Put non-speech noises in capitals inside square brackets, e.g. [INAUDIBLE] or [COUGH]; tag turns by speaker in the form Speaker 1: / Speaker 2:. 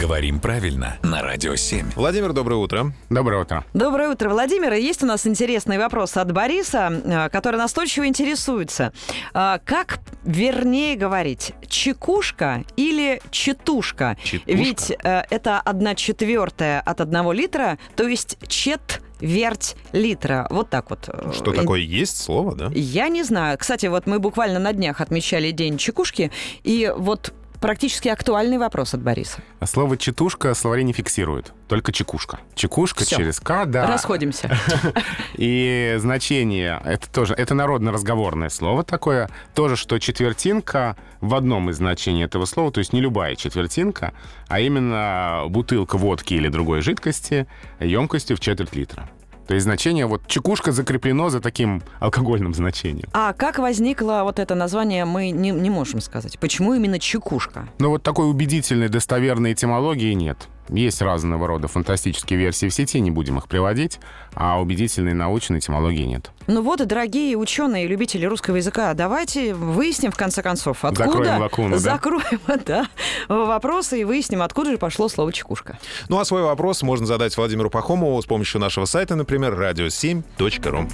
Speaker 1: Говорим правильно на Радио 7.
Speaker 2: Владимир, доброе утро.
Speaker 3: Доброе утро.
Speaker 4: Доброе утро, Владимир. И Есть у нас интересный вопрос от Бориса, э, который настойчиво интересуется. Э, Как вернее говорить, чекушка или четушка?
Speaker 2: Четушка.
Speaker 4: Ведь э, это одна четвертая от одного литра, то есть четверть литра. Вот так вот. э,
Speaker 2: Что
Speaker 4: ин-
Speaker 2: такое есть слово, да?
Speaker 4: Я не знаю. Кстати, вот мы буквально на днях отмечали день чекушки, и вот практически актуальный вопрос от Бориса.
Speaker 3: А Слово «четушка» словари не фиксируют, только «чекушка». «Чекушка»
Speaker 4: Всё.
Speaker 3: через «к», да.
Speaker 4: Расходимся.
Speaker 3: И значение, это тоже, это народно-разговорное слово такое, тоже, что четвертинка в одном из значений этого слова, то есть не любая четвертинка, а именно бутылка водки или другой жидкости емкостью в четверть литра. То есть значение, вот чекушка закреплено за таким алкогольным значением.
Speaker 4: А как возникло вот это название, мы не, не можем сказать. Почему именно чекушка?
Speaker 3: Но вот такой убедительной, достоверной этимологии нет. Есть разного рода фантастические версии в сети, не будем их приводить, а убедительной научной этимологии нет.
Speaker 4: Ну вот, дорогие ученые и любители русского языка, давайте выясним, в конце концов, откуда...
Speaker 3: Закроем лакуну, да?
Speaker 4: Закроем, [LAUGHS] да, вопросы и выясним, откуда же пошло слово «чекушка».
Speaker 2: Ну а свой вопрос можно задать Владимиру Пахомову с помощью нашего сайта, например, radio7.ru.